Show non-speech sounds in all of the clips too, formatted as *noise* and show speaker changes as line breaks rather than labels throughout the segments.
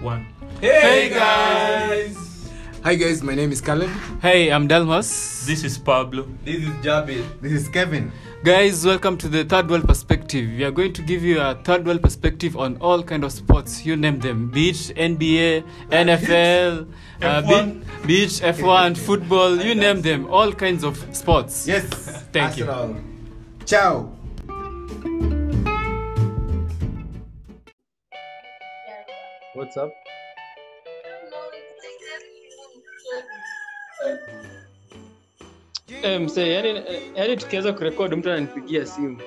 one.
Hey guys!
Hi guys, my name is Caleb.
Hey, I'm Delmas.
This is Pablo.
This is Jabez.
This is Kevin.
Guys, welcome to the Third World Perspective. We are going to give you a Third World Perspective on all kind of sports. You name them. Beach, NBA, NFL, uh,
F1.
be- beach, F1, football, you name them. All kinds of sports.
Yes.
Thank you.
Arsenal. Ciao.
What's up?
Eh, msee, yani, eh, yani tukiweza kurekod mtu ananipigia simu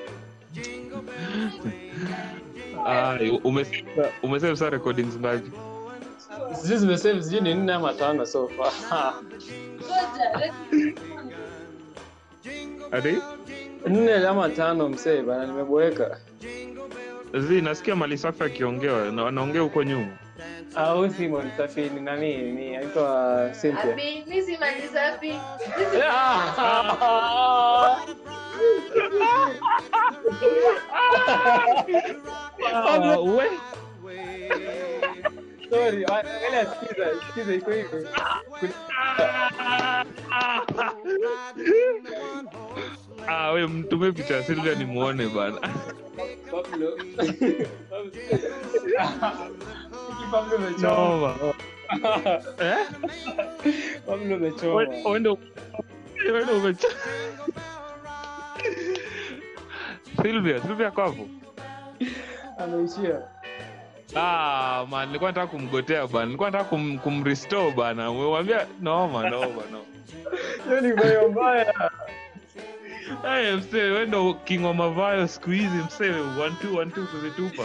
umesave saa recordings ngapi
sijui zimesave sijui ni nne ama tano so far *laughs*
ati
nne ama tano msee bana nimeboeka
zi nasikia malisafi akiongea na- anaongea huko nyuma
au simo msafi ni nani ni aitwa Cynthia.
Abi, mi si malisafi.
Ah!
Ah, we.
Sorry, angalia, sikiza, sikiza, iko hivi.
Ah, we mtume picha ya silvia nimuone bana
Pablo. *laughs* Pablo
*laughs*
umechoma.
choma eh?
Pablo
We-
umechoma.
wende- wende umecho- silvia silvia kwavo
Ameishia.
Ah, man, nilikuwa nataka kumgotea bana nilikuwa nataka kum, kumrestore bana umemwambia nooma nooma no
Hiyo ni mbaya mbaya.
Hey, msee we ndo king wa mavayo siku hizi msee one two one two kuzitupa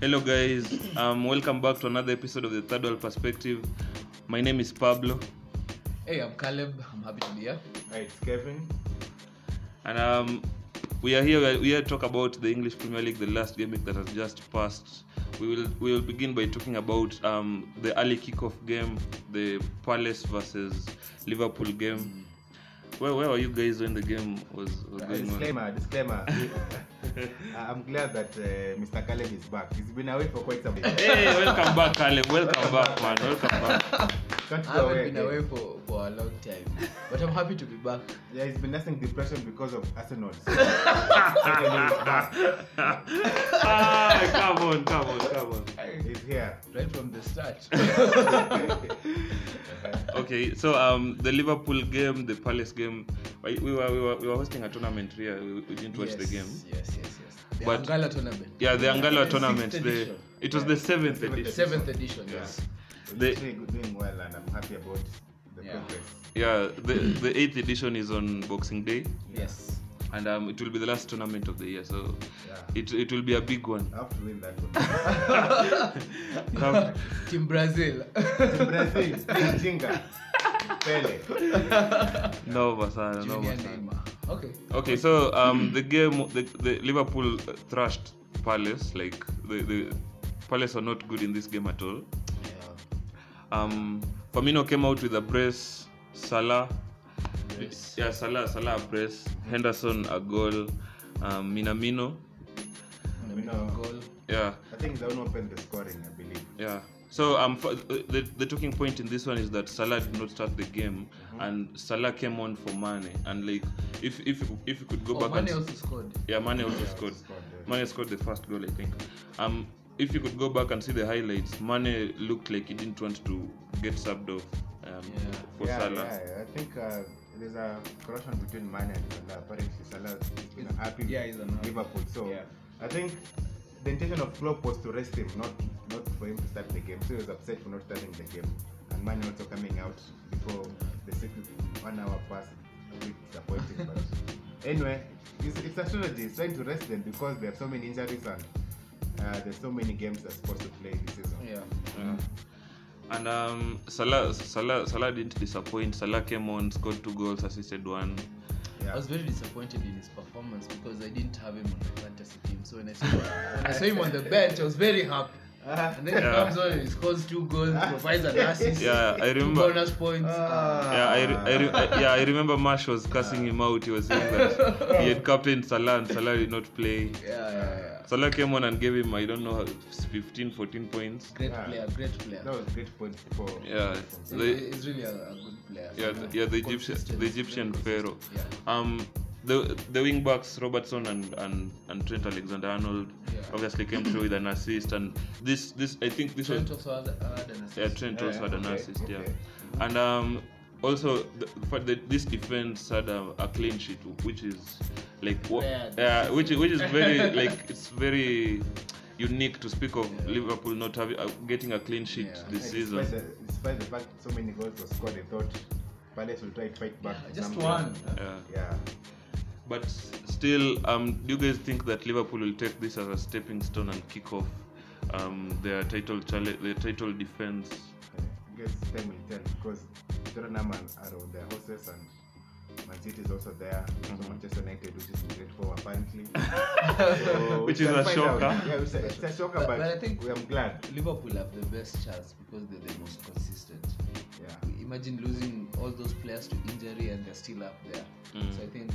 Hello guys, um, welcome back to another episode of the Third World Perspective. My name is Pablo,
Hey, I'm Caleb. I'm happy to be here.
Hi, it's Kevin.
and um, we are here. We are here to talk about the English Premier League, the last game week that has just passed. We will we will begin by talking about um, the early kickoff game, the Palace versus Liverpool game. Where where were you guys when the game was, was
Uh,
going on?
disclaimer, disclaimer. Uh, I'm glad that uh, Mr. Caleb is back. He's been away for quite
*laughs*
some time.
Hey, welcome back, Caleb. Welcome back, man. Welcome back.
Can't
I
go away
haven't been
again.
away for, for a long time, but I'm happy to be back.
Yeah, he's been nursing depression because of Arsenal. So,
*laughs*
Arsenal is back.
Ah, come on, come on, come on.
He's here.
Right from the start.
Okay, so um, the Liverpool game, the Palace game, we, we were we were we were hosting a tournament here. We, we didn't watch the game.
Yes, yes, yes. The
But-
Angala tournament.
Yeah, the Angola tournament.
Sixth
The,
edition.
it was the seventh
Seventh
edition.
Seventh edition,
Yeah.
yes.
The-
He's really doing well, and I'm happy about the
Yeah.
progress.
Yeah, the the eighth edition is on Boxing Day,
Yes.
and um, it will be the last tournament of the year. So
Yeah.
it it will be a big one.
I have to win that one. *laughs*
*laughs*
Come-
Team Brazil.
Team Brazil, Team Jinga, Pele.
*laughs*
no, Basana, no,
Junior
Basana.
Neymar. Okay.
Okay, so um, the game, the, the Liverpool uh, thrashed Palace. Like the, the Palace are not good in this game at all. Um, Firmino came out with a brace. Salah, yeah, Salah, Salah a brace. Henderson a goal. Um, Minamino,
We know.
Goal.
yeah,
I think they will open the scoring, I believe.
yeah. So um, for, the the talking point in this one is that Salah did not start the game,
Mm-hmm.
and Salah came on for Mane. And like, if if if you could go
Oh,
back and
Mane also scored.
Yeah, Mane also scored. Mane scored the first goal, I think. Um, if you could go back and see the highlights, Mane looked like he didn't want to get subbed off um,
Yeah.
for
yeah,
Salah.
Yeah, I think uh, there's a corruption between Mane and Salah. Apparently, Salah is been happy
Yeah, he's unhappy.
with Liverpool. So
Yeah.
I think the intention of Klopp was to rest him, not not for him to start the game. So he was upset for not starting the game, and Mane also coming out before the second one-hour pass. A bit disappointing, but *laughs* anyway, it's, it's a strategy. It's trying to rest them because they have so many injuries and. Uh, there's so many games they're supposed to play this season.
Yeah.
Yeah. And um, Salah, Salah, Salah didn't disappoint. Salah came on, scored two goals, assisted one.
Yeah.
I was very disappointed in his performance because I didn't have him on my fantasy team. So when I saw him, when I saw him on the bench, I was very happy. And then he
Yeah.
comes on and he scores two goals, provides an assist,
Yeah, I
two
remember.
bonus points. Um,
Yeah, I, re- I, re- I- yeah, I remember Marsh was cursing him out. He was saying that he had captained Salah and Salah did not play.
yeah, yeah, yeah.
Salah came on and gave him, I don't know, 15, 14 points.
Great
Yeah.
player, great player.
That was great point for
Yeah,
He's
the,
he's really a, a good player.
yeah, the, yeah, the Egyptian,
Consistent,
the Egyptian
very
pharaoh.
consistent. Yeah.
Um, the the wing backs Robertson and and, and Trent Alexander-Arnold
Yeah.
obviously came through with an assist, and this this I think this
Trent
was
also had, had an assist.
yeah Trent also had an
okay,
assist, yeah,
okay.
and um also the, but the, this defense had a, a clean sheet, which is like wha-
Rare.
yeah, which which is very like it's very unique to speak of Liverpool not having uh, getting a clean sheet
Yeah.
this
Yeah,
season.
Despite the, despite the fact so many goals were scored, I thought Palace will try to fight back.
Yeah, just
somehow.
one.
Yeah.
Yeah.
But still, um, do you guys think that Liverpool will take this as a stepping stone and kick off um, their title challenge, their title defense?
Uh, I guess time will tell because Tottenham and- are on their horses and Man City is also there.
Mm-hmm.
So Manchester United, which is in grade four
*laughs*
apparently. So
Which
we
is
shall
a
find
shocker.
out. Yeah, it's a, it's a shocker,
But-
but,
but I think-
we- I'm glad.
Liverpool have the best chance because they're the most consistent.
Yeah.
Imagine losing all those players to injury and they're still up there.
Hmm.
So I think.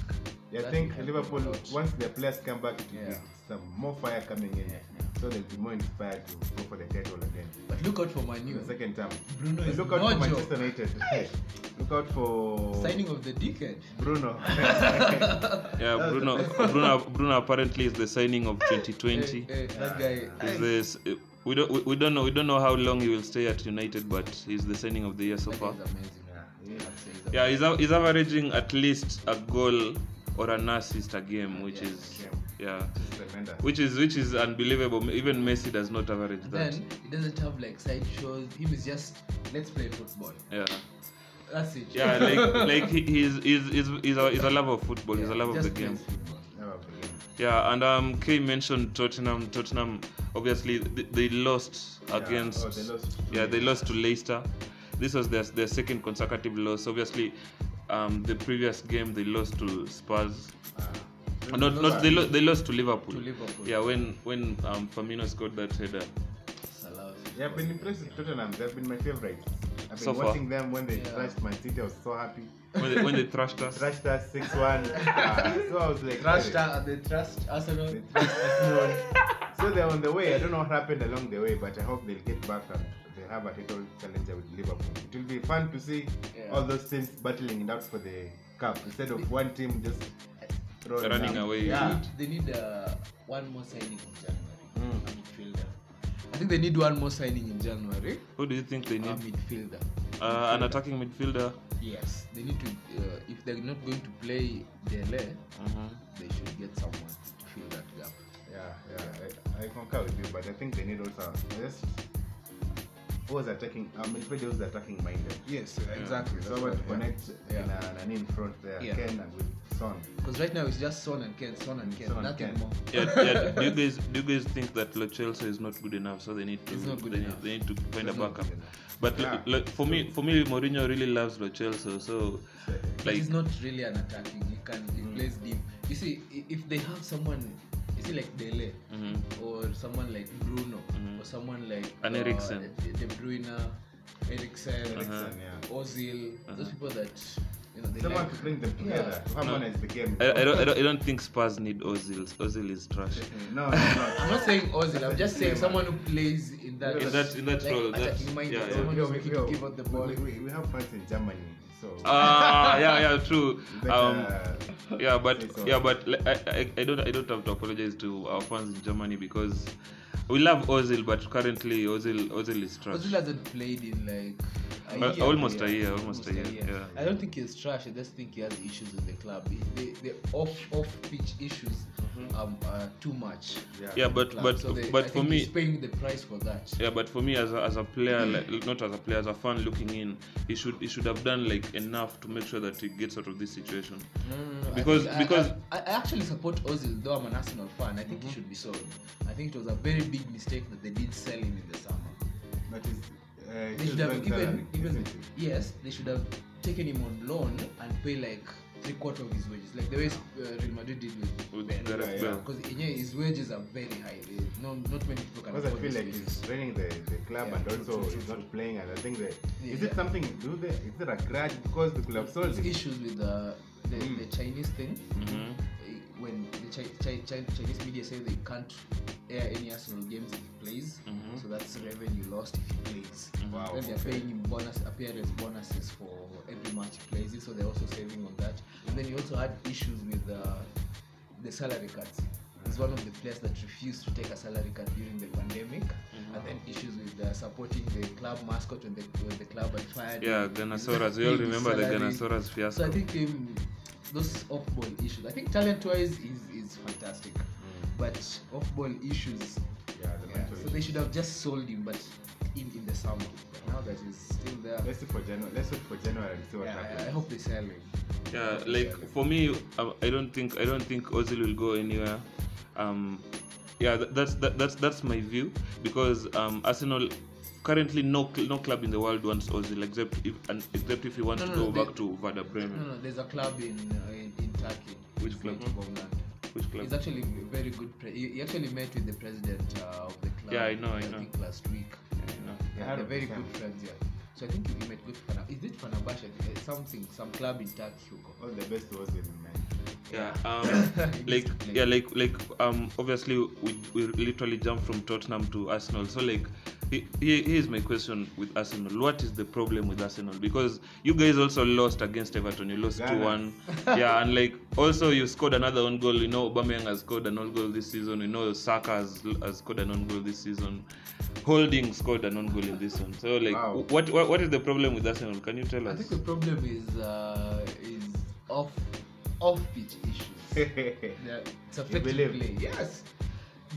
Yeah, I
that
think
will help
Liverpool,
them a lot.
once the players come back, it will be
Yeah.
some more fire coming in. So they'll be more inspired to go for the title again.
But look out for Manu.
In the second term.
Bruno is
Look out
no
for Manchester
joke.
United. Look out for
Signing of the decade.
Bruno. *laughs*
Yeah, Bruno, *laughs* Bruno, Bruno apparently is the signing of 2020.
Eh, eh, that guy.
Is this? uh, We don't, we- we don't know, we don't know how long he will stay at United, but he's the signing of the year so
That
far.
guy is amazing. I'd say he's a-
Yeah, he's, a- he's averaging at least a goal or an assist a game, which is yeah,
Tremendous.
which is which is unbelievable. Even Messi does not average that.
Then he doesn't have like side shows. Him is just let's play football.
Yeah.
That's it.
*laughs*
Yeah, like like he- he's he's he's he's a, he's a lover of football. he's a lover of the
Just
game.
plays football.
Never forget.
Yeah, and um, Kay mentioned Tottenham. Tottenham, obviously, th- they lost against.
oh, they lost to-
yeah, they lost to Leicester. This was their their second consecutive loss. Obviously, um, the previous game they lost to Spurs.
Uh,
not not they, lo- they lost to Liverpool.
To Liverpool.
Yeah, when when um, Firmino scored that header.
Salah.
Yeah, I've been impressed with Tottenham. They've been my favorites. I've been
So far.
watching them when they
Yeah.
thrashed Man City. I was so happy.
When they, when they thrashed us.
*laughs* Thrashed us 6
*laughs*
1. so I was like,
Trust uh, they trust Arsenal.
They thrashed us 6-1. So they're on the way. I don't know what happened along the way, but I hope they'll get back and they'll have a title challenger with Liverpool. It will be fun to see
Yeah.
all those teams battling it out for the cup instead of one team just throwing
Running
up.
away.
They
Yeah.
need, they need uh, one more signing in January.
Mm.
A midfielder. I think they need one more signing in January.
Who do you think they
A
need?
Um,
midfielder.
Uh, an attacking midfielder.
Yes, they need to. Uh, if they're not going to play Dele,
Mm-hmm.
they should get someone to fill that gap.
Yeah, yeah, I, I concur with you, but I think they need also just who was attacking. I mean, Pedro was attacking minded.
Yes, exactly.
So what connect
Yeah.
in a, an in front there,
Yeah.
Ken and with Son.
Because right now it's just Son and Ken, Son and Ken,
Son and
nothing
Ken.
more.
yeah, yeah. Do you guys do you guys think that Lo Celso is not good enough? So they need to
He's not good
they, need,
enough.
they need to find
He's
a
not
backup.
good enough.
But Lo-
Yeah.
Lo- for me, for me, Mourinho really loves Lo Celso. So
But
like Mm.
he's not really an attacking. He can he plays deep. You see, i- if they have someone, you see like Dele
Mm-hmm.
or someone like Bruno or someone like uh,
An Mm-hmm. Eriksen. Uh-huh.
De- De Bruyne, Eriksen,
Eriksen, yeah.
Ozil, those
Mm-hmm.
people that you know they
Someone
like.
to bring them together, to harmonize the game.
I, I, don't, I don't I don't think Spurs need Ozil. Ozil is trash.
*laughs*
No, no, no.
I'm not saying Ozil. I'm just saying someone who plays in that
In that- in that
like,
role,
attacking
that's-
minded,
yeah, yeah.
someone
Yo,
who's
we-
looking
yo,
to give up the ball.
We, we, we have fans in Germany, so
Ah, yeah, yeah, true.
better,
Um, yeah, but
It's all-
yeah, but like, I, I, I don't I don't have to apologize to our fans in Germany because we love Ozil, but currently Ozil Ozil is trash.
Ozil hasn't played in like a
Uh,
year,
almost a
yeah.
year, almost a year, yeah.
I don't think he's trash. I just think he has issues with the club. The, the off off pitch issues um, are too much.
yeah.
yeah, Mm-hmm. but
Club.
but
So they- I
but for
think
me,
he's paying the price for that.
Yeah, but for me as a, as a player, like, not as a player, as a fan looking in, he should he should have done like enough to make sure that he gets out of this situation.
I
Because
think- I-
because
I, I actually support Ozil, though I'm an Arsenal fan. I think he should be sold. I think it was a very big mistake that they didn't sell him in the summer.
That is, uh,
They should have
Killzone
even
Zara,
even
isn't it?
yes, they should have taken him on loan and pay like three quarter of his wages, like the way uh, Real Madrid did with
With Gareth Bale.
Because his wages are very high. They- No, not many people can.
Because I
afford
feel
his
like
wages.
he's training the, the club
Yeah,
and
true,
also
true, true,
he's not playing. And I think that
Yeah,
is
yeah.
it something do they is there a grudge because they could have sold him?
issues with the the, the Chinese thing.
Mm-hmm.
Eh, When the Chi- Chi- Chi- Chinese media say they can't air any Arsenal games if he plays, so that's revenue lost if he plays.
Wow,
Then they're paying him bonus appearance bonuses for every match he plays, in, so they're also saving on that. And then you also had issues with uh, the salary cuts. He's one of the players that refused to take a salary cut during the pandemic, and then issues with uh, supporting the club mascot when the, when the club had fired.
Yeah,
him.
Ganasoras. We all
His
remember the
salary.
Ganasoras
So I
fiasco.
think um, those off-ball issues. I think talent-wise is is fantastic,
Mm.
but off-ball issues.
Yeah, the
Yeah,
mental
so they should have just sold him, but in in the summer. But now that he's still there,
Let's see for January. Let's wait for January and see what
yeah, I, I
happens.
hope they sell him.
Yeah, like for me, I, I don't think I don't think Ozil will go anywhere. Um, yeah, that, that's that, that's that's my view because um, Arsenal currently no cl- no club in the world wants Ozil except if and except if he wants
No,
to
no,
go
no,
back
they-
to Werder Bremen,
No, no, there's a club in uh, in, in Turkey.
Mm-hmm. Which
It's
club?
named Bogdan.
which club?
He's actually a very good. Pre- he he actually met with the president uh, of the club.
Yeah, I know, I know.
think last week.
No.
Yeah,
they're very good
100%.
friends. Yeah. So I think he met good. Fana- is it Fenerbahce? I think, uh, Something, some club in Turkey. Huko.
All the best was in man. *laughs*
yeah um like yeah like like um obviously we, we literally jump from tottenham to arsenal so like he- he- here's my question with arsenal what is the problem with arsenal because you guys also lost against everton you lost
Ghana.
2-1 yeah and like also you scored another own goal you know Aubameyang has scored an own goal this season you know saka has, has scored an own goal this season holding scored an own goal in this one so like
Wow.
what, what what is the problem with arsenal can you tell
I
us
think the problem is uh, is off off pitch issues.
*laughs*
They're- It's affecting
believe?
play. Yes,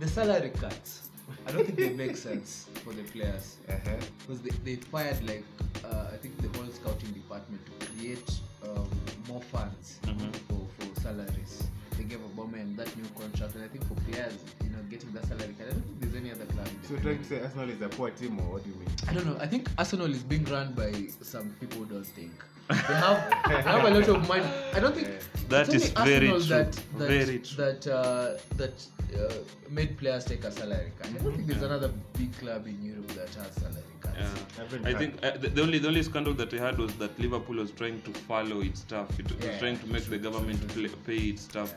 the salary cuts. I don't think
*laughs*
they make sense for the players
uh-huh.
because they, they fired like uh, I think the whole scouting department to create um, more funds
Mm-hmm.
for, for salaries. They gave Obama that new contract, and I think for players, you know, getting that salary cut. I don't think there's any other club. in the
So
Premier
trying to say Arsenal is a poor team, or what do you mean?
I don't know. I think Arsenal is being run by some people who don't
*laughs*
think. They have, they have a lot of money. I don't think
That
it's
is
only
very
Arsenal
true.
That, that,
Very true.
That uh, that uh, made players take a salary cut. I don't think there's another big club in Europe that has salary cuts.
Yeah.
Haven't
I
had-
think uh, the, the only the only scandal that we had was that Liverpool was trying to follow its staff. It was
Yeah.
trying to make the government play, pay its staff.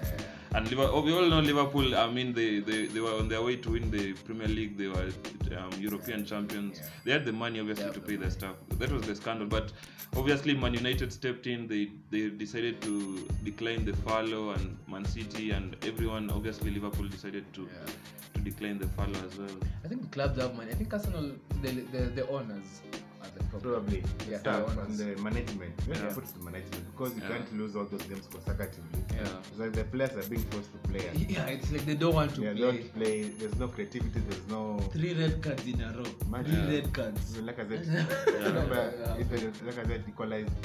And Liverpool, we all know Liverpool. I mean, they, they, they were on their way to win the Premier League. They were um, European champions. They had the money obviously to pay their staff. That was the scandal. But obviously, Man United stepped in. They they decided to decline the follow, and Man City and everyone. Obviously, Liverpool decided to to decline the follow as well.
I think the clubs have money. I think Arsenal, the the, the owners are the problem.
probably the
Yeah,
staff
the
and
owners.
the management. When
Yeah.
you put it to management, because you
Yeah.
can't lose all those games consecutively.
Yeah.
It's like the players are being forced to play.
Yeah, it's like they don't want to
They are
play.
not play. There's no creativity. There's no.
Three red cards in a row.
Imagine.
Three red cards.
Like I
*laughs*
said, remember, if they- like I said, equalized.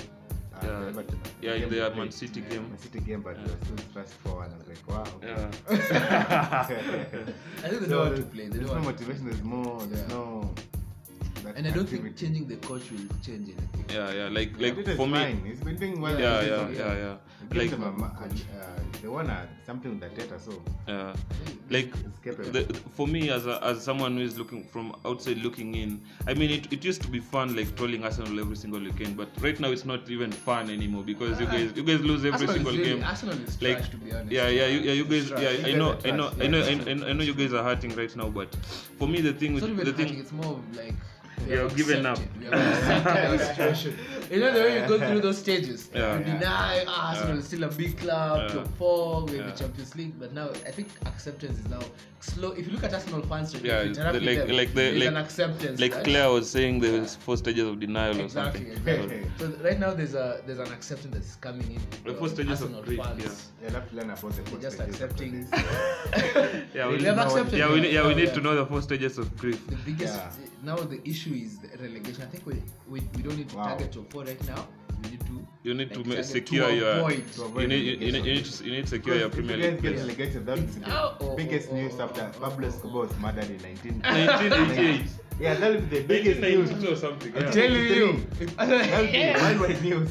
uh,
Yeah.
but-
Yeah, in
game
the
we
Man
played.
City game.
Man City game, but we were still stressed for and I was like, wow.
*laughs*
Yeah.
I think they
*laughs* So
don't want to
there's-
play. They don't
There's no
want to
motivation. There's more. There's
Yeah.
no. that
And I don't think
activity.
changing the coach will change anything.
Yeah, yeah. Like
Yeah,
like
it is
for me.
fine. it's been doing well.
yeah,
It's
yeah,
been-
yeah, yeah.
Give
Like,
them a ma- a- uh, they wanna something with the data, so
yeah, like
it's capable.
the, for me as a, as someone who is looking from outside looking in, I mean, it, it used to be fun like trolling Arsenal every single weekend, but right now it's not even fun anymore because you guys you guys lose every
Arsenal
single
is really,
game.
Arsenal is
Like,
trash, to be honest.
yeah, yeah, you, yeah, you guys, yeah, I
You
know,
guys are
I know,
trash.
I know, I
Yeah,
know, I know, you guys are hurting right now, but for me the thing,
It's
with,
not even
the
hurting,
thing,
it's more of like
You have given up.
accepted. We have accepted our
*laughs*
situation. You know the way you go through those stages.
Yeah.
You deny ah, Arsenal is still a big club,
Yeah.
top four, we're in
Yeah.
the Champions League, but now I think acceptance is now slow. If you look at Arsenal fans, today,
Yeah,
if you
it's
interact
the-
with
like-
them,
like the-
there's
like-
an acceptance.
like
right?
Claire was saying, the four stages of denial or
Exactly,
something.
exactly. So right now there's a there's an acceptance that's coming in.
The
uh,
first stages of
Arsenal
grief,
fans.
yeah.
They'll have to learn about the
They're just
process.
accepting.
Yeah,
They
we,
have accepted
yeah, we,
it.
yeah, we need
Yeah.
to know the four stages of grief.
The biggest
Yeah.
now the issue is the relegation. I think we we, we don't need to
Wow.
target top four right now. We need to
You need to
like,
ma-
target
secure
to
your.
avoid.
To avoid
You need, you, you need, you need to, you need to secure your
Because
Premier
if you
League.
guys get
*laughs*
relegated, that would be
Oh, oh,
the biggest
oh,
news
oh,
after
oh,
Pablo
oh,
Escobar was murdered
*laughs*
in 19.
1988.
yeah, that would be the biggest news.
or something.
*laughs* I'm telling you, that would be worldwide news.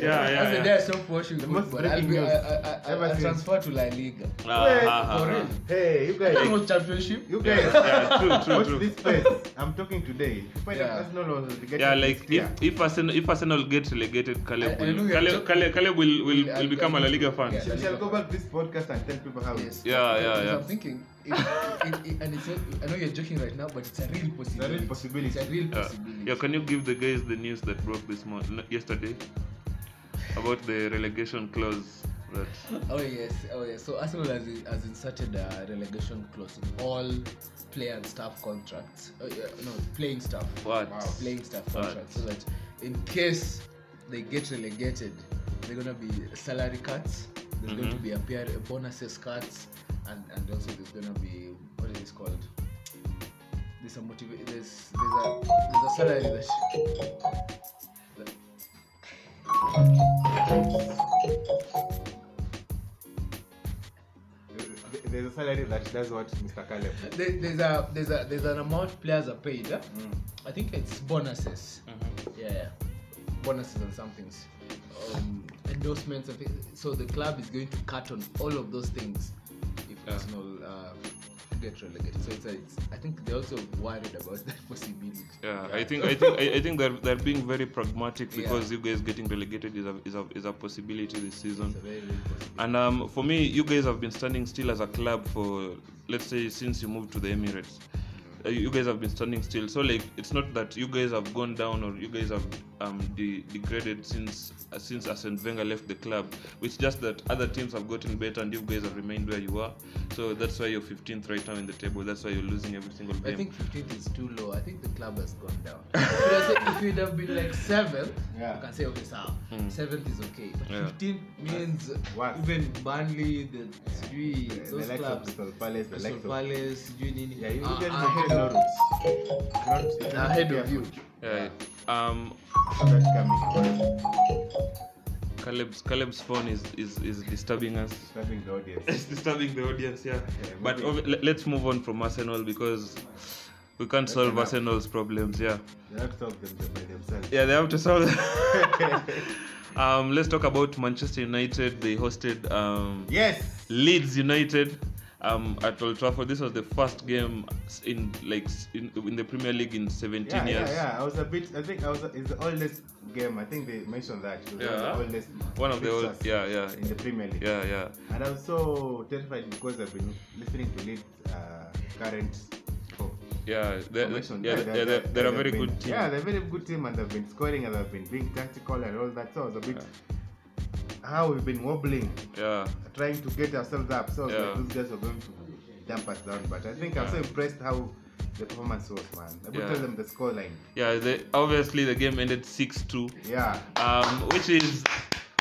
Yeah, yeah,
As the
yeah.
day I stop watching
most
football, I'll
breaking
be, I,
news
I, I,
ever
I, I
since.
transfer to La Liga.
*laughs* Ah,
Wait,
ah, ah,
for
ah.
real.
Hey, you
I don't
guys.
know championship.
You
Yeah,
guys.
yeah, true,
Watch
true, true.
this space. I'm talking today. If you find
Yeah.
out Arsenal was relegated
Yeah,
next
like if,
year,
if Arsenal if Arsenal get relegated, Caleb
I- I know
will
we are
Caleb,
talk-
Caleb, Caleb will, will,
I'll-
will become a
I'll-
La Liga fan.
Yeah.
shall, shall go back this podcast and tell people how.
Yes.
Yeah, yeah,
Because
yeah.
I'm thinking, if, if, if, and it's not, I know you're joking right now, but it's a real possibility.
possibility.
It's a real
Yeah.
possibility.
yeah, can you give the guys the news that broke this morning yesterday about the relegation clause? That
Oh yes, oh yes. So Arsenal has, has inserted a uh, relegation clause in all player and staff contracts. Oh, yeah, no, playing staff.
what?
Playing staff
Wow.
contracts, so that in case they get relegated, they're gonna be salary cuts. There's going to
Mm-hmm.
be a pair bonuses cuts, and and also there's gonna be what is this called? There's a motiva- There's there's a there's a salary that.
There- There's a salary that does what Mr. Caleb.
there, there's a there's a there's an amount players are paid. Huh? I think it's bonuses. Yeah, yeah, bonuses and some things, um, endorsements and things. So the club is going to cut on all of those things if Arsenal uh, get relegated. So it's, a, it's I think they're also worried about *laughs* that possibility.
Yeah, I think I think I, I think they're they're being very pragmatic because you guys getting relegated is a is a, is a possibility this season.
It's a very real possibility.
And um, for me, you guys have been standing still as a club for, let's say, since you moved to the Emirates. Uh, you guys have been standing still. So, like, it's not that you guys have gone down or you guys have um, de- degraded since uh, since Arsene Wenger left the club. It's just that other teams have gotten better and you guys have remained where you are. So that's why you're 15th right now in the table. That's why you're losing every single game.
I think 15th is too low. I think the club has gone down. Because if you'd have been like 7th,
Yeah.
you can say, okay, sir, 7th is okay. But
Yeah.
15th means
Worse.
even Burnley, the three,
The, Eh, the
those
likes of
clubs.
Crystal Palace, the
Crystal
likes of.
Palace, sijui nini.
Yeah, you
Are-
guys
are
are
ahead of-
not
are ahead of you.
Yeah. Um,
That's coming.
Caleb's Caleb's phone is, is, is disturbing us.
Disturbing the audience.
*laughs*
it's disturbing the audience, yeah. but
maybe.
obvi- le- let's move on from Arsenal because we can't solve
enough.
Arsenal's problems, yeah.
They have to solve them by themselves.
Yeah, they have to solve.
*laughs*
um, let's talk about Manchester United. They hosted um,
Yes.
Leeds United um, at Old Trafford. This was the first game s- in like s- in, in the Premier League in 17
Yeah, yeah,
years.
yeah. I was a bit. I think I was. It's the oldest game. I think they mentioned that. It was one of
Yeah.
The oldest
One of the old,
fixtures
yeah, yeah,
In the Premier League.
yeah, yeah.
And I'm so terrified because I've been listening to Leeds uh, current. co-
Yeah, they're,
formation.
yeah,
They-
they're, they're,
they-
they're a
they've
very
been-
good team.
Yeah, they're a very good team, and they've been scoring and they've been being tactical and all that. So I was a bit how we've been wobbling,
yeah.
trying to get ourselves up. So I was
Yeah.
like, these guys are going to dump us down. But I think I'm so impressed how the performance was, man. I would
Yeah.
tell them the scoreline.
Yeah, they, obviously the game ended 6-2.
Yeah.
um, which is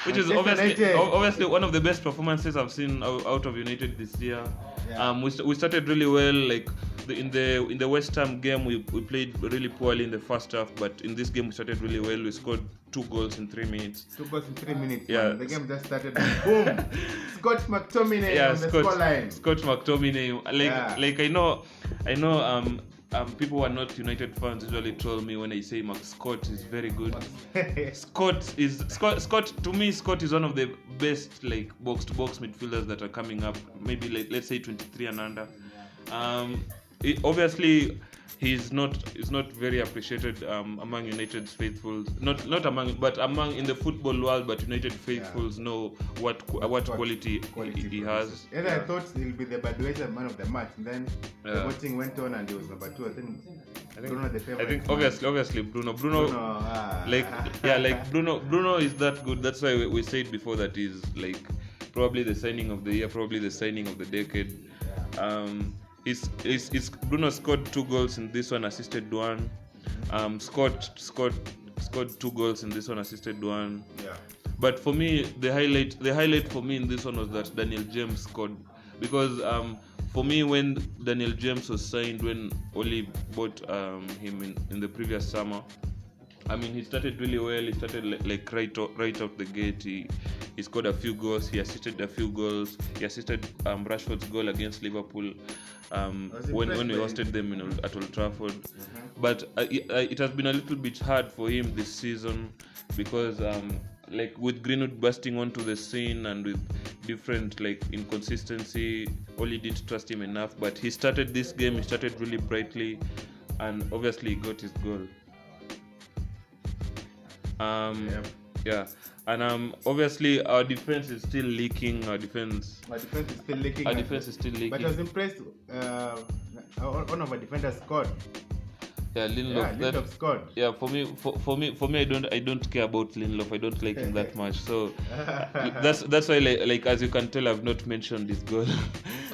which is
Manchester
obviously
United.
o- obviously one of the best performances I've seen ou- out of United this year.
Yeah.
Um, we, st- we started really well. Like the, in the in the West Ham game, we, we played really poorly in the first half, but in this game we started really well. We scored two goals in three minutes.
Two goals in three minutes.
Yeah.
man. The game just
*laughs*
started. Boom! Scott McTominay
yeah,
on the
Scott,
scoreline.
Scott McTominay. Like,
Yeah.
like I know, I know. Um, um, people who are not United fans usually troll me when I say Mark Scott is very good. Scott is Scott. Scott to me, Scott is one of the best like box to box midfielders that are coming up. Maybe like let's say 23 and under. Um, it, obviously. He's not is not very appreciated um, among United's faithfuls. Not not among, but among in the football world. But United faithfuls know what qu- what quality, he, he has.
produces. And I thought he'll be the Badueza man of the match. And then the
Yeah.
voting went on and he was number two. I think, Bruno the favorite.
I think
man.
obviously, obviously Bruno, Bruno,
Bruno, ah.
like yeah, like Bruno, Bruno is that good. That's why we, we said before that he's like probably the signing of the year, probably the signing of the decade. Um, it's, it's, it's Bruno scored two goals in this one, assisted one. Um, scored scored scored two goals in this one, assisted one.
Yeah.
But for me, the highlight the highlight for me in this one was that Daniel James scored because um, for me when Daniel James was signed when Oli bought um, him in, in the previous summer. I mean, he started really well. He started li- like right out, right out the gate. He, he scored a few goals. He assisted a few goals. He assisted um, Rashford's goal against Liverpool um,
I was
when when we
impressed by
hosted them in, Old- at Old Trafford. But uh, it, uh, it has been a little bit hard for him this season because um, like with Greenwood bursting onto the scene and with different like inconsistency, Oli didn't trust him enough. But he started this game. He started really brightly, and obviously he got his goal. Um, yeah, and um, obviously our defense is still leaking. Our defense,
My defense is still leaking.
our defense is still
But I was
leaking.
impressed. Uh, one one of our defenders scored.
Yeah,
Yeah,
Lindelof. that-
Lindelof
*laughs*
scored.
yeah for me for, for me for me i don't i don't care about lindelof i don't like him
*laughs*
that much so that's that's why like, like as you can tell i've not mentioned his
*laughs*
goal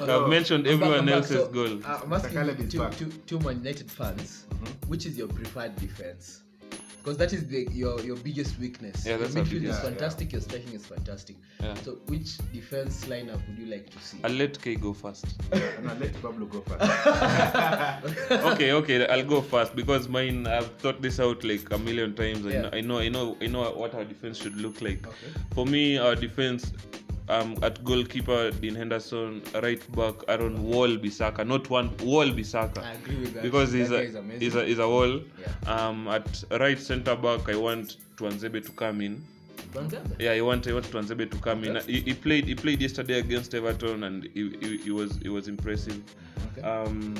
i've mentioned
I'm back, I'm
everyone
back.
else's
So,
goal
Uh, I'm asking
Takaleb
you
is
two,
back.
two, two Man United fans,
Mm-hmm.
which is your preferred defense? Because that is the, your your biggest weakness.
Yeah, that's
your
our
midfield is
biggest-
fantastic. Your striking is fantastic.
Yeah.
So, which defense lineup would you like to see?
i'll let k go first
And I let Pablo go first.
okay okay i'll go first because mine i've thought this out like a million times I,
Yeah.
know, I know i know i know what our defense should look like for me our defense um, at goalkeeper Dean Henderson, right back Aaron Wall Bisaka, not one Wall Bisaka.
I agree with that.
because he's
That
a,
guy is amazing.
he's a he's a wall.
Yeah.
Um, at right centre back, I want Tuanzebe to come in.
Banzebe?
Yeah, I want I want Tuanzebe to come in.
Okay.
He, he played he played yesterday against Everton and he, he, he was he was impressive.
Okay.
Um,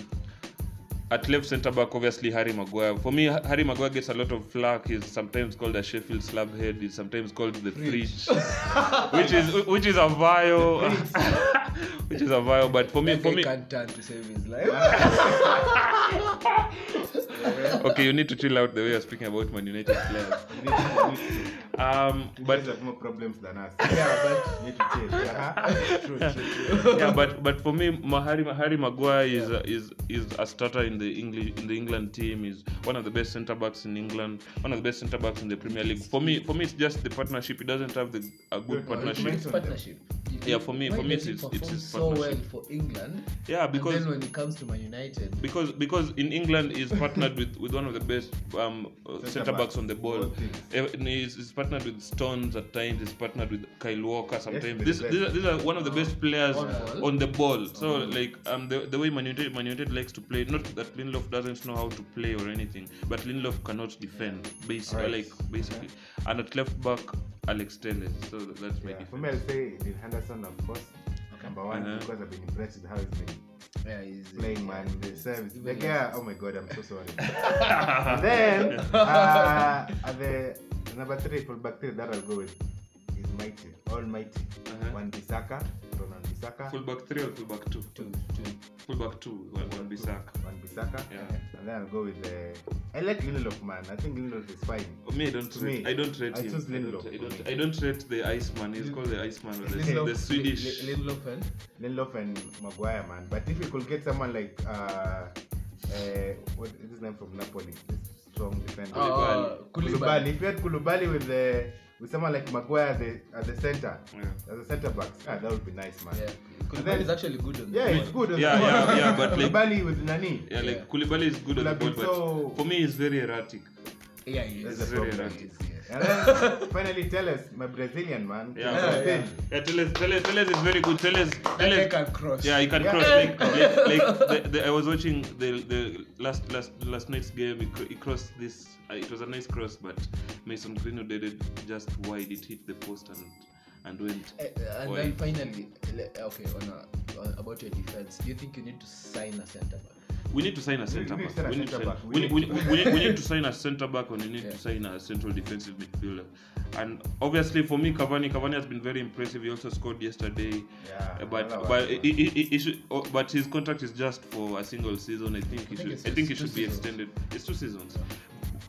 at left centre back, obviously Harry Maguire. For me, Ha- Harry Maguire gets a lot of flack. He's sometimes called a Sheffield slab head. He's sometimes called the fridge,
*laughs*
which is which is a vile, *laughs* which is a vile. But for me,
That
for
guy
me,
can't turn to save his life.
okay, you need to chill out the way you're speaking about Man United players.
You need to- you need
Um,
*laughs*
to-
*laughs*
you
but
guys have more problems than us.
yeah,
You need to change.
*laughs*
Uh-huh. True, true.
yeah, but but for me, Mahari Mahari Maguire is a, is is a starter in the English in the England team. Is one of the best centre backs in England. One of the best centre backs in the Premier League. For me, for me, it's just the partnership. He doesn't have the, a good
but
partnership.
it's partnership. You
Yeah,
can-
for me-
why
for me
does
it is-
he
it
perform
is
so well
partnership.
for England.
Yeah, because-
and then when it comes to Man United,
Because because in England he's partnered with, with one of the best um, centre backs
backs.
on the ball.
Both teams.
Eh, and He's, he's partnered with Stones at times. He's partnered with Kyle Walker sometimes.
the
This
best.
these, are, these are one of the best players
On
on,
ball.
the ball. So like um the, the way Man United, Man United likes to play. Not that Lindelof doesn't know how to play or anything, but Lindelof cannot defend basically. Like basically, and at left back Alex Telles. So that's my
Yeah, for
defense.
me, I'll say Dean Henderson, of course. Number one,
Uh-huh.
because I've been impressed with how he's been
yeah, he's
playing, man. The service. The
Even
guy, oh my god, I'm so
*laughs*
sorry. And then, uh, at the number three, fullback three that I'll go with is Mighty, Almighty.
Uh-huh.
One Bissaka, Ronan Bissaka,
Fullback three or Uh-huh. fullback two?
Two, two.
Fullback two. One, one Bissaka.
One Bissaka.
Yeah.
And then I'll go with the. I like Lindelof, man. I think Lindelof is fine.
For me, I don't
To
rate.
me,
I don't rate
I
him.
choose
I don't,
Lindelof
I
for
don't.
me.
I don't rate the Iceman. He's called the Iceman. or The, the Swedish.
Lin- Lindelof and
Lindelof and Maguire, man. But if we could get someone like. Uh, uh, what is his name from Napoli? This strong defender.
uh,
Oh,
Koulibaly.
Kulubali. If you had Kulubali with the with someone like Maguire at the at the center,
Yeah.
as a center back, ah, that would be nice, man.
Yeah,
And
Koulibaly
then-
is actually good on the
yeah,
ball.
it's good.
Yeah, yeah, yeah, but like-
Kulubali with Nani.
yeah, like
Yeah.
Koulibaly is good on the ball,
Koulibaly,
but
so-
for me, he's very erratic.
Yeah, he
That's
is.
the
Very
problem.
He
erratic.
is, yes.
*laughs*
And then finally, tell us, my Brazilian man.
Yeah,
tell us,
yeah, yeah. yeah Teles, Teles, Teles is very good. Teles,
That guy
Teles,
can cross.
Yeah, he can
Yeah.
cross. Like, like, like the, the, I was watching the the last last last night's game. He, cr- he crossed this. Uh, it was a nice cross, but Mason Greenwood did it just wide. It hit the post and and went.
Uh, and
wide.
then finally, le- okay, on a, on, about your defense, do you think you need to sign a centre back?
we need to sign a centre
need
back.
to
We
sign a
need to
centre
sign-
back.
we
We
need-
need
we
to-
need- we need- we need to sign a centre back and we need
Yeah.
to sign a central defensive midfielder. And obviously for me, Cavani, Cavani has been very impressive. He also scored yesterday.
Yeah,
Uh, but
another
but
one.
he, he, he- he should, oh, but his contract is just for a single season. I think he
think
should.
it's-
I think
it's
he
two
should be
seasons.
extended. It's two seasons.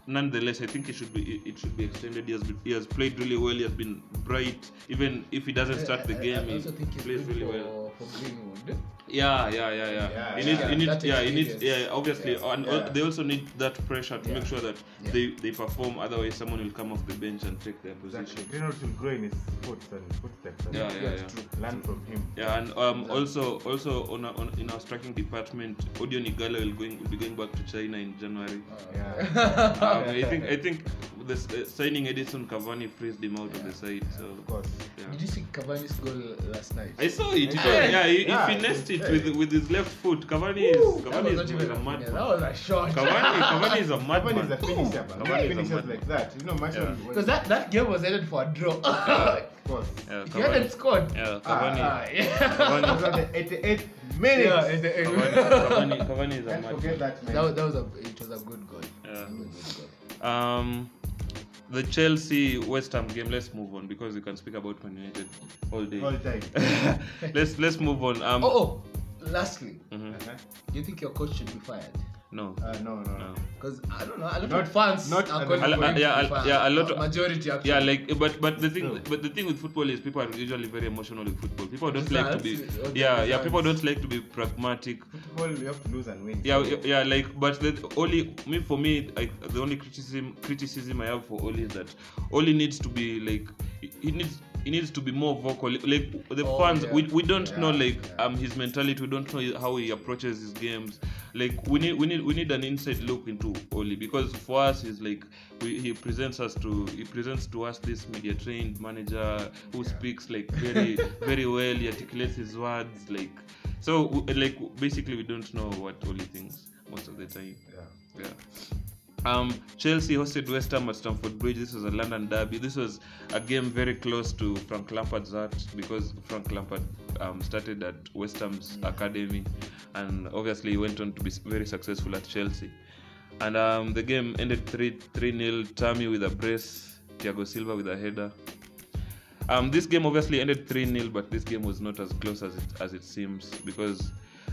Nonetheless, I think he should be. It should be extended. He has been, he has played really well. He has been bright. Even if he doesn't start the
Eh, I- I-
game,
I also
he
think he's
plays
good
really
for,
well.
for Greenwood.
Yeah, yeah, yeah, yeah. you
Yeah, yeah.
need, you need,
That
yeah, you need,
experience.
yeah. Obviously,
Yeah.
and
Yeah.
they also need that pressure to
Yeah.
make sure that
Yeah.
they they perform. Otherwise, someone will come off the bench and take their
Exactly.
position.
Greenwood should grow in his foot and footsteps. and
Yeah, yeah, yeah.
Learn from him.
Yeah, and um, also also on, our, on in our striking department,
*laughs*
Odio Nigala will going will be going back to China in January.
Uh,
Yeah.
Um, I think I think the, the signing Edison Cavani freezed him out of the side. So
Of course.
Did you see Cavani's goal last night?
I saw it. it was,
Yeah.
yeah, he,
Yeah.
he finessed it with with his left foot. Cavani is
that was
Cavani
not
is
even
a
a
madman.
finger, That was a shot.
Cavani, Cavani is a
Cavani is a
madman.
finisher, man.
Cavani is a
Finishers
madman.
like that. You know, Martial.
Yeah.
Because that, that game was headed for a draw. *laughs*
Of course.
Yeah,
if you hadn't
Cavani.
scored.
Yeah, Cavani.
ah, *laughs* yeah.
It *laughs*
Cavani.
was at the 88th minute.
Yeah, it's the-
Cavani, Cavani, Cavani is a
Can't
madman.
forget that, man.
that, was- that was a it was a good goal.
Yeah.
It was a good goal.
Um, the Chelsea West Ham game. Let's move on because we can speak about Man United all day. *laughs*
All time.
let's let's move on. Um,
Oh, oh, lastly,
Mm-hmm.
Uh-huh.
do you think your coach should be fired?
no.
Uh, no, no, no.
No.
*laughs*
Because I don't know, a lot
Not-
of fans
not
are
at
calling
the-
for him
yeah,
to
a-
be fired.
yeah, a lot
Uh,
of-
majority actually.
Yeah, like but but the thing
True.
but the thing with football is people are usually very emotional with football. People don't
Results,
like to be
uh,
yeah yeah
results.
people don't like to be pragmatic.
Football, you have to lose and win.
Yeah yeah, yeah like but the only me for me like the only criticism criticism I have for Oli is that Oli needs to be like he- he needs he needs to be more vocal like the
Oh,
fans
yeah.
we, we don't know
Yeah,
like um his mentality we don't know how he approaches his games like we need we need we need an inside look into Oli because for us he's like we, he presents us to he presents to us this media trained manager who speaks like very very well he articulates his words like so w- like basically we don't know what Oli thinks most of the time
Yeah.
yeah. Um, Chelsea hosted West Ham at Stamford Bridge. This was a London derby. This was a game very close to Frank Lampard's heart because Frank Lampard um, started at West Ham's academy, and obviously he went on to be s- very successful at Chelsea. And um, the game ended three three 0 Tammy with a brace, Thiago Silva with a header. Um, this game obviously ended 3 0, but this game was not as close as it, as it seems because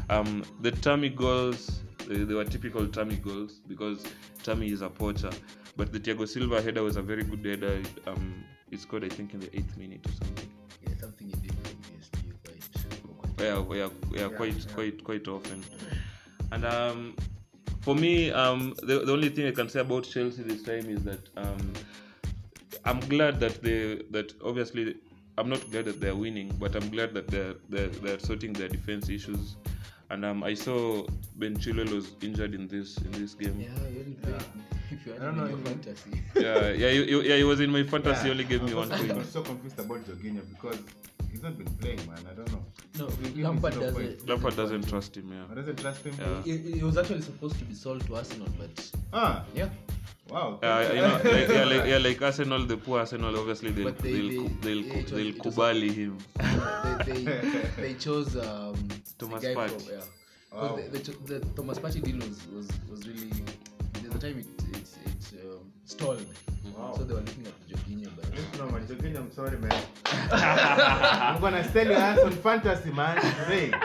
um, the Tammy goals, they, they were typical Tammy goals because Tammy is a poacher. But the Thiago Silva header was a very good header. Um, he scored, I think, in the eighth minute or something.
Yeah, something he did from PSG quite.
Yeah, we are, we are quite, quite, quite often. And um, for me, um, the, the only thing I can say about Chelsea this time is that um, I'm glad that they that obviously I'm not glad that they're winning, but I'm glad that they're they're, they're sorting their defense issues. And um, I saw Ben Chilwell was injured in this in this game.
Yeah, you only played *laughs* if you had
I don't know
any
if- *laughs*
fantasy.
Yeah, yeah, you, you, yeah. He was in my fantasy. He
Yeah.
only gave me one
I'm
point.
so confused about Jorginho because he's not been playing, man. I don't know.
No,
Give me
Lampard
zero
doesn't-
points.
Lampard doesn't trust him.
I
Yeah.
doesn't trust him.
Yeah.
It, it was actually supposed to be sold to Arsenal, but
Ah,
yeah,
wow.
Yeah, you know, like, yeah, like, yeah, like Arsenal, the poor Arsenal, obviously they'll
But they-
they,
they-
will they'll
it
they'll,
was-
they'll
it was-
kubali him.
*laughs* they,
*laughs*
they, they chose um,
Thomas
the guy
Partey.
from yeah. 'Cause
Wow.
The, the, cho- the Thomas Party deal was, was, was really there's a time it it, it um, stalled,
Wow.
so they were looking at Jorginho, but
No, man, Jorginho, I'm sorry, man. *laughs* I'm gonna sell your ass on fantasy, man. Today.
*laughs*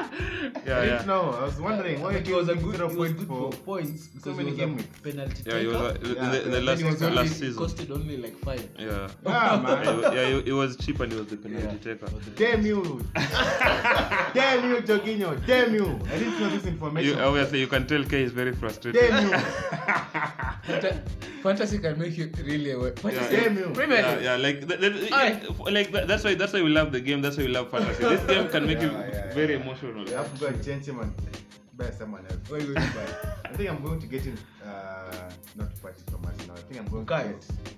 Yeah, yeah.
No, I was wondering why
But
you
was a
gave me
good,
zero
he was
points
good for
for.
points because
many
he was
game
a
weeks.
penalty
Yeah, he
taker.
was, uh, the,
Yeah,
the, the
yeah,
last
He was only,
last season.
costed only like five. *laughs*
Yeah.
Yeah,
yeah, *laughs*
man.
he- yeah, he- he was cheap and he was the penalty taker. *laughs*
Damn you! Damn you, Jorginho! Damn you! I didn't know this information.
You, oh, obviously, you can tell K is very frustrated.
Damn you!
Fanta- Fantasy can make you really aware. Fantasy,
Damn you!
Premier
Yeah,
League.
yeah, like th- th- th-
Aye.
like that, that's why that's why we love the game. That's why we love fantasy. This game can make you very emotional.
I have to go and change him and buy someone else. What are you going to buy? I think I'm going to get him. Uh, not party from Arsenal. I think I'm going
Bukayo.
to get.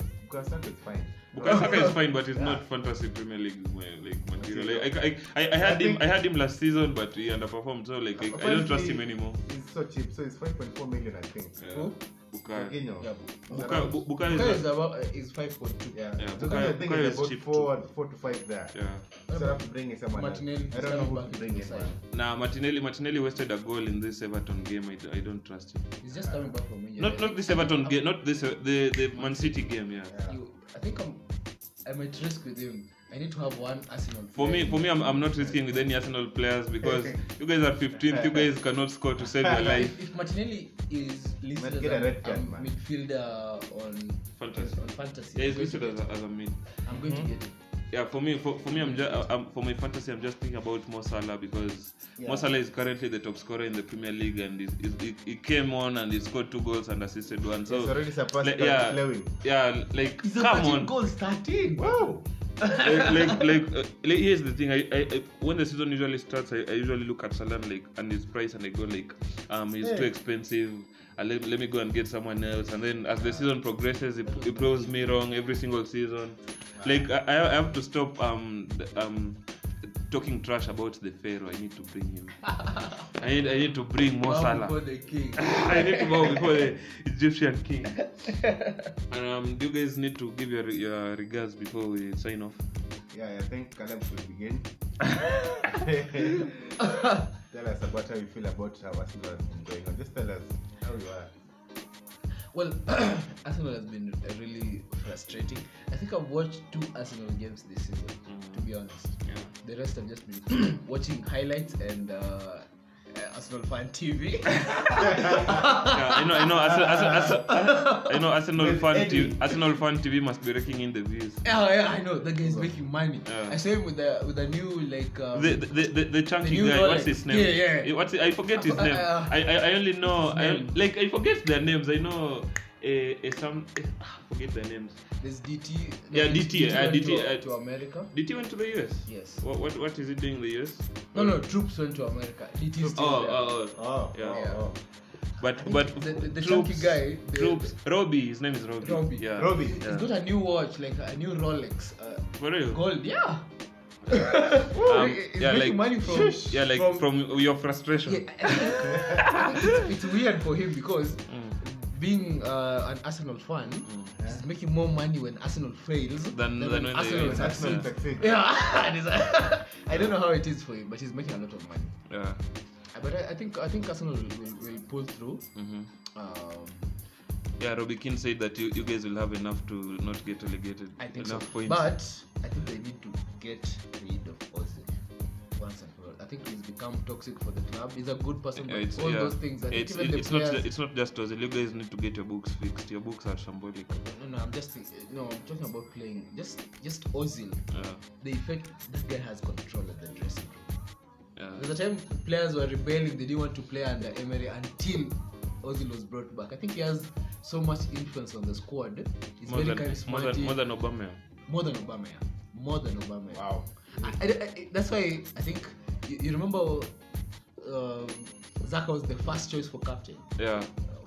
Yes, Bukayo Saka is fine.
Bukayo Saka *laughs* is fine, but it's not fantasy Premier League my- like material. Like, I, I, I, I had him I had him last season, but he underperformed. So like I, I don't trust him anymore.
He's so cheap. So it's 5.4 million, I think.
Yeah. Bukayo.
Jorginho.
Yeah,
Bukayo, Bu- Bukayo
Bukayo
is
is
a,
about uh, is five point two.
Yeah.
Yeah,
so
Bukayo-
I think
Bukayo
it's
is
about
cheap
four, four to five there.
yeah.
So I have to bring in someone
Martinelli
else. I don't know who
back
to bring
into
in.
the
man.
side.
Nah, Martinelli Martinelli wasted a goal in this Everton game. I, d- I don't trust him.
He's just coming back from injury.
Not not this Everton game. Not this uh, the the Man City game. Yeah.
You, I think I'm. I might risk with him. I need to have one Arsenal.
For me,
player.
for me, I'm, I'm not risking with any Arsenal players because you guys are 15th. You guys cannot score to save your *laughs* life.
If, if Martinelli is listed
Might
as
get a
a,
red card,
um,
man.
midfielder on
Fantasy.
on fantasy,
Yeah,
I'm
it's
going to
listed as
get
a, as a mid.
him. I'm going to get him.
Yeah, for me, for, for me, I'm just I'm, for my fantasy, I'm just thinking about Mo Salah because Mo Salah is currently the top scorer in the Premier League, and he's, he's, he, he came on and he scored two goals and assisted one. So
He's already surpassed
like,
Calvert
yeah,
Lewin.
yeah, like
He's
come on,
goals, thirteen.
Wow!
like, like, like, uh, like, here's the thing. I, I, I, when the season usually starts, I, I usually look at Salah like and his price, and I go like, um, he's too expensive. uh, let, let me go and get someone else. And then as the season progresses, it, it proves me wrong every single season. Like I, I I have to stop um th- um talking trash about the Pharaoh. I need to bring him. I need I need to bring Mo
Bow
Salah.
before the king.
*laughs*
*coughs*
I need to bow before the Egyptian king. And um, do you guys need to give your your regards before we sign off?
Yeah, I think Caleb should begin.
*laughs*
tell us about how you feel about how Arsenal has been going on. Just tell us how you are.
Well, *coughs* Arsenal has been uh, really frustrating. I think I've watched two Arsenal games this season, to be honest. The rest have just been *coughs* watching highlights and uh, uh, Arsenal fan *laughs*
Yeah,
TV.
I know, I know, Arsenal, Arsenal, Arsenal, I know Arsenal
With
fan
Eddie.
TV, Arsenal fan TV must be raking in the views.
yeah, yeah, I know. That guy is making money.
Yeah.
I saw him with the with a new like. Um,
The the, the, the chunky
The new
guy, what's
Rolex.
his name?
Yeah,
Eh,
yeah.
What's I forget his
Uh, *laughs*
name.
uh,
I, I I only know I
name.
like I forget their names. I know eh, eh, some eh, ah, forget their names.
There's DT.
Yeah, DT, uh,
went
DT,
to,
uh, Oh.
to America.
Did he went to the US?
Yes.
What what, what is he doing in the US?
No, no, troops went to America. DT is
Oh,
still there.
oh, oh.
Oh,
Yeah.
oh,
But but
the- the- the
troops,
chunky guy, the-
troops. Robbie, his name is Robbie.
Robbie.
Yeah.
oh. Robbie,
Yeah.
He's got a new watch, like a new Rolex, uh,
For real.
gold. Yeah.
Um,
He's
yeah,
making
like
money from.
yeah, like from, your frustration.
Yeah, *laughs* I think- it's, it's weird for him because
Mm.
being uh, an Arsenal fan, he's making more money when Arsenal fails
Than- than when they
Arsenal
win.
succeeds.
Arsenal succeed.
Yeah, *laughs* and it's, I don't know how it is for him, but he's making a lot of money.
Yeah.
Uh, But I, I think I think Arsenal will, will, will pull through.
Mhm.
Um,
Yeah, Robbie Keane said that you, you guys will have enough to not get relegated.
I think
enough
so.
points.
But I think they need to get rid of Ozil once and for all. I think he's become toxic for the club. He's a good person,
Yeah,
but
it's,
all
yeah.
those things. I think
it's,
even the
it's
players.
not it's not just Ozil. You guys need to get your books fixed. Your books are symbolic.
No, no, I'm just thinking, no, I'm talking about playing. Just, just Ozil.
Yeah,
The effect this guy has control of the dressing room.
yeah.
There's a time players were rebelling; they didn't want to play under Emery until Ozil was brought back. I think he has so much influence on the squad. He's
More
very
than, more
charismatic,
than more than Obama.
more than Obama, more than Obama.
Wow.
I, I, I, that's why I think you, you remember um, Zaka was the first choice for captain.
Yeah.
Uh,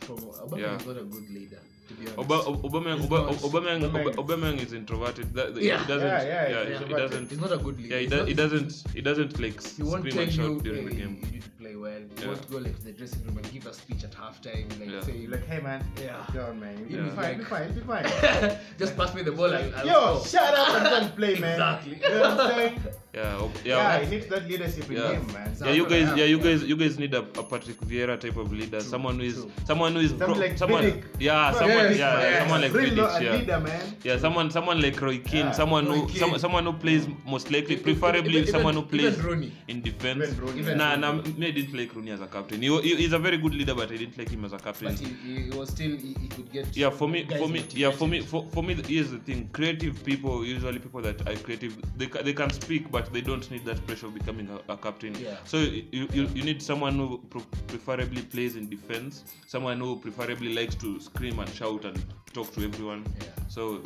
From Obama
Yeah.
is not a good leader, to be honest.
Oba, Ob- Obama,
He's
Oba,
not-
Obama, Obama,
Aubameyang-
is introverted. That, that-
Yeah.
He doesn't.
Yeah, yeah, he's
he- he
introverted.
doesn't.
He's not a good leader.
Yeah, he,
He's
do,
not-
he doesn't. He doesn't like
He
scream
won't tell
and shout
you, eh.
during
hey,
the game.
you need to play well. He
Yeah.
won't go like to the dressing room and give a speech at halftime, like
Yeah.
say,
You're like, hey man,
Yeah.
get on man.
Yeah.
You'll be fine, you'll be fine, you'll be
*laughs*
fine.
like just pass me the ball. I'll, I'll
Yo,
score."
shut up and don't play, man.
Exactly.
You know what I'm saying?
Yeah, Ob-
Yeah,
yeah.
he needs that leadership in
Yeah.
him, man.
yeah, you guys, yeah, you guys, you guys need a, a Patrick Vieira type of leader, someone who is,
true.
someone who is,
Someone like
someone,
Vidic.
yeah,
Yes,
someone, yeah,
yes.
someone like
Real
Vidic,
a
yeah,
leader,
*laughs*
man.
yeah, someone, someone like Roy Keane,
Yeah.
someone
Roy
who,
Keane.
some, someone who plays most likely,
Even-
preferably
even-
someone who
even
plays
Rooney.
in defense.
Even Rooney.
Even
Nah, nah, me I didn't like Rooney as a captain. He, he, he's a very good leader, but I didn't like him as a captain.
But he, he was still, he, he could get.
yeah for me
guys
for me
motivated.
yeah for me for, for me th- here's the thing creative people usually people that are creative they, ca- they can speak but they don't need that pressure of becoming a, a captain
Yeah.
so you, you, you- you need someone who pro- preferably plays in defense someone who preferably likes to scream and shout and talk to everyone
Yeah.
so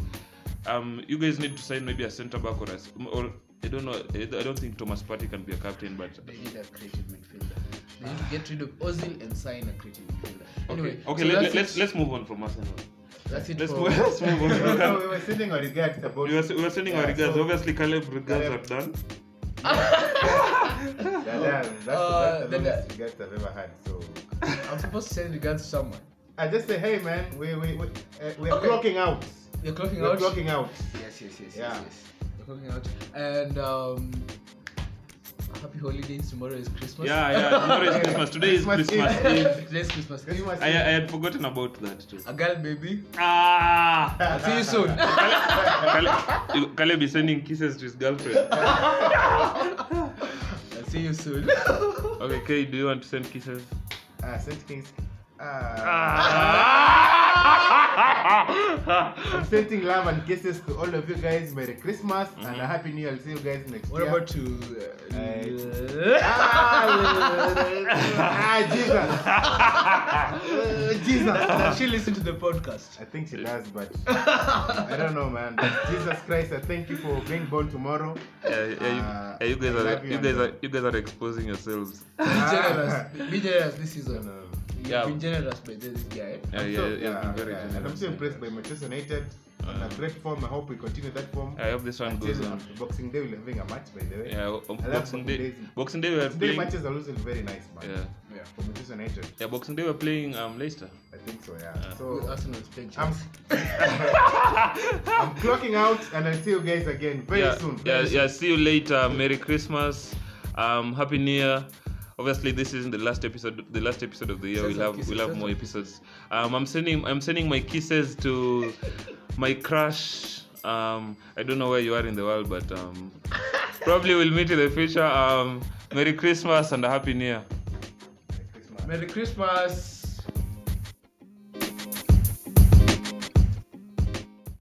um you guys need to sign maybe a center back or a, s- or I don't know. I I don't think Thomas Party can be a captain, but
They need a creative midfielder. They need to get rid of Ozil and sign a creative midfielder. Anyway,
okay, okay.
so
let,
that's
let's
it.
let's move on from Arsenal.
That's it
Let's
for
move, *laughs* let's move on.
*laughs*
No, no, we were sending our regards about
We were, we were sending our
Yeah,
regards.
so-
Obviously, Caleb regards
Caleb.
are done.
Dada, That's,
Uh,
that's the
Dada.
longest regards I've ever had. So
I'm supposed to send regards to someone.
I just say, hey man, we we we uh, we're
Okay.
clocking out.
You're clocking
We're
out.
clocking out.
Yes, yes, yes,
Yeah.
yes, yes. You're clocking out. And um, happy holidays. Tomorrow is Christmas.
Yeah, yeah. Tomorrow is Christmas. Today is
Christmas Eve.
Christmas Eve.
*laughs* Today's Christmas.
Because you
I, I had forgotten about that too.
A girl, *laughs* baby.
Ah!
I'll see you *laughs* soon.
Caleb, Caleb is sending kisses to his girlfriend.
I'll see you soon. *laughs*
Okay, Kay, do you want to send *laughs* kisses?
uh, Saint Kings. Uh,
Ah.
I'm sending love and kisses to all of you guys. Merry Christmas
Mm-hmm.
and a happy new year. I'll see you guys next
what
year.
about to?
Uh, ah, Jesus.
*laughs*
Uh, Jesus.
Does she listen to the podcast?
I think she does, but I don't know, man. But Jesus Christ, I thank you for being born tomorrow.
Yeah, yeah, you,
Ah,
yeah, you guys
I
are
love
you,
you,
guys
Andrew.
Ah.
are you guys are exposing yourselves.
Be generous. Be generous this season.
Um,
You've
Yeah.
been generous by this guy.
Uh, Yeah, yeah,
so,
yeah, yeah, very
yeah. And I'm
generous. Uh,
so impressed by Manchester United. On a great form, I hope we continue that form.
I hope this one
Until
goes on.
after Boxing Day, we're having a match, by the way.
Yeah, o- o-
I love
Boxing Day. Boxing
Boxing Days.
Day we are
Today
playing.
matches are also very nice, man.
Yeah.
Yeah.
For Manchester United,
Yeah, Boxing Day we are playing um Leicester.
I think so. Yeah.
With
So
Arsenal's bench. *laughs*
I'm, *laughs* I'm clocking out, and I'll see you guys again very
yeah,
soon.
Yeah,
very soon.
yeah, see you later. Merry Christmas. Um, happy New Year. Obviously, this isn't the last episode. The last episode of the year.
Send
We'll
some
have
kisses,
we'll have
send
more
some
episodes. Um, I'm sending I'm sending my kisses to my crush. Um, I don't know where you are in the world, but um, *laughs* probably we'll meet in the future. Um, Merry Christmas and a Happy New Year.
Merry Christmas.
Merry Christmas.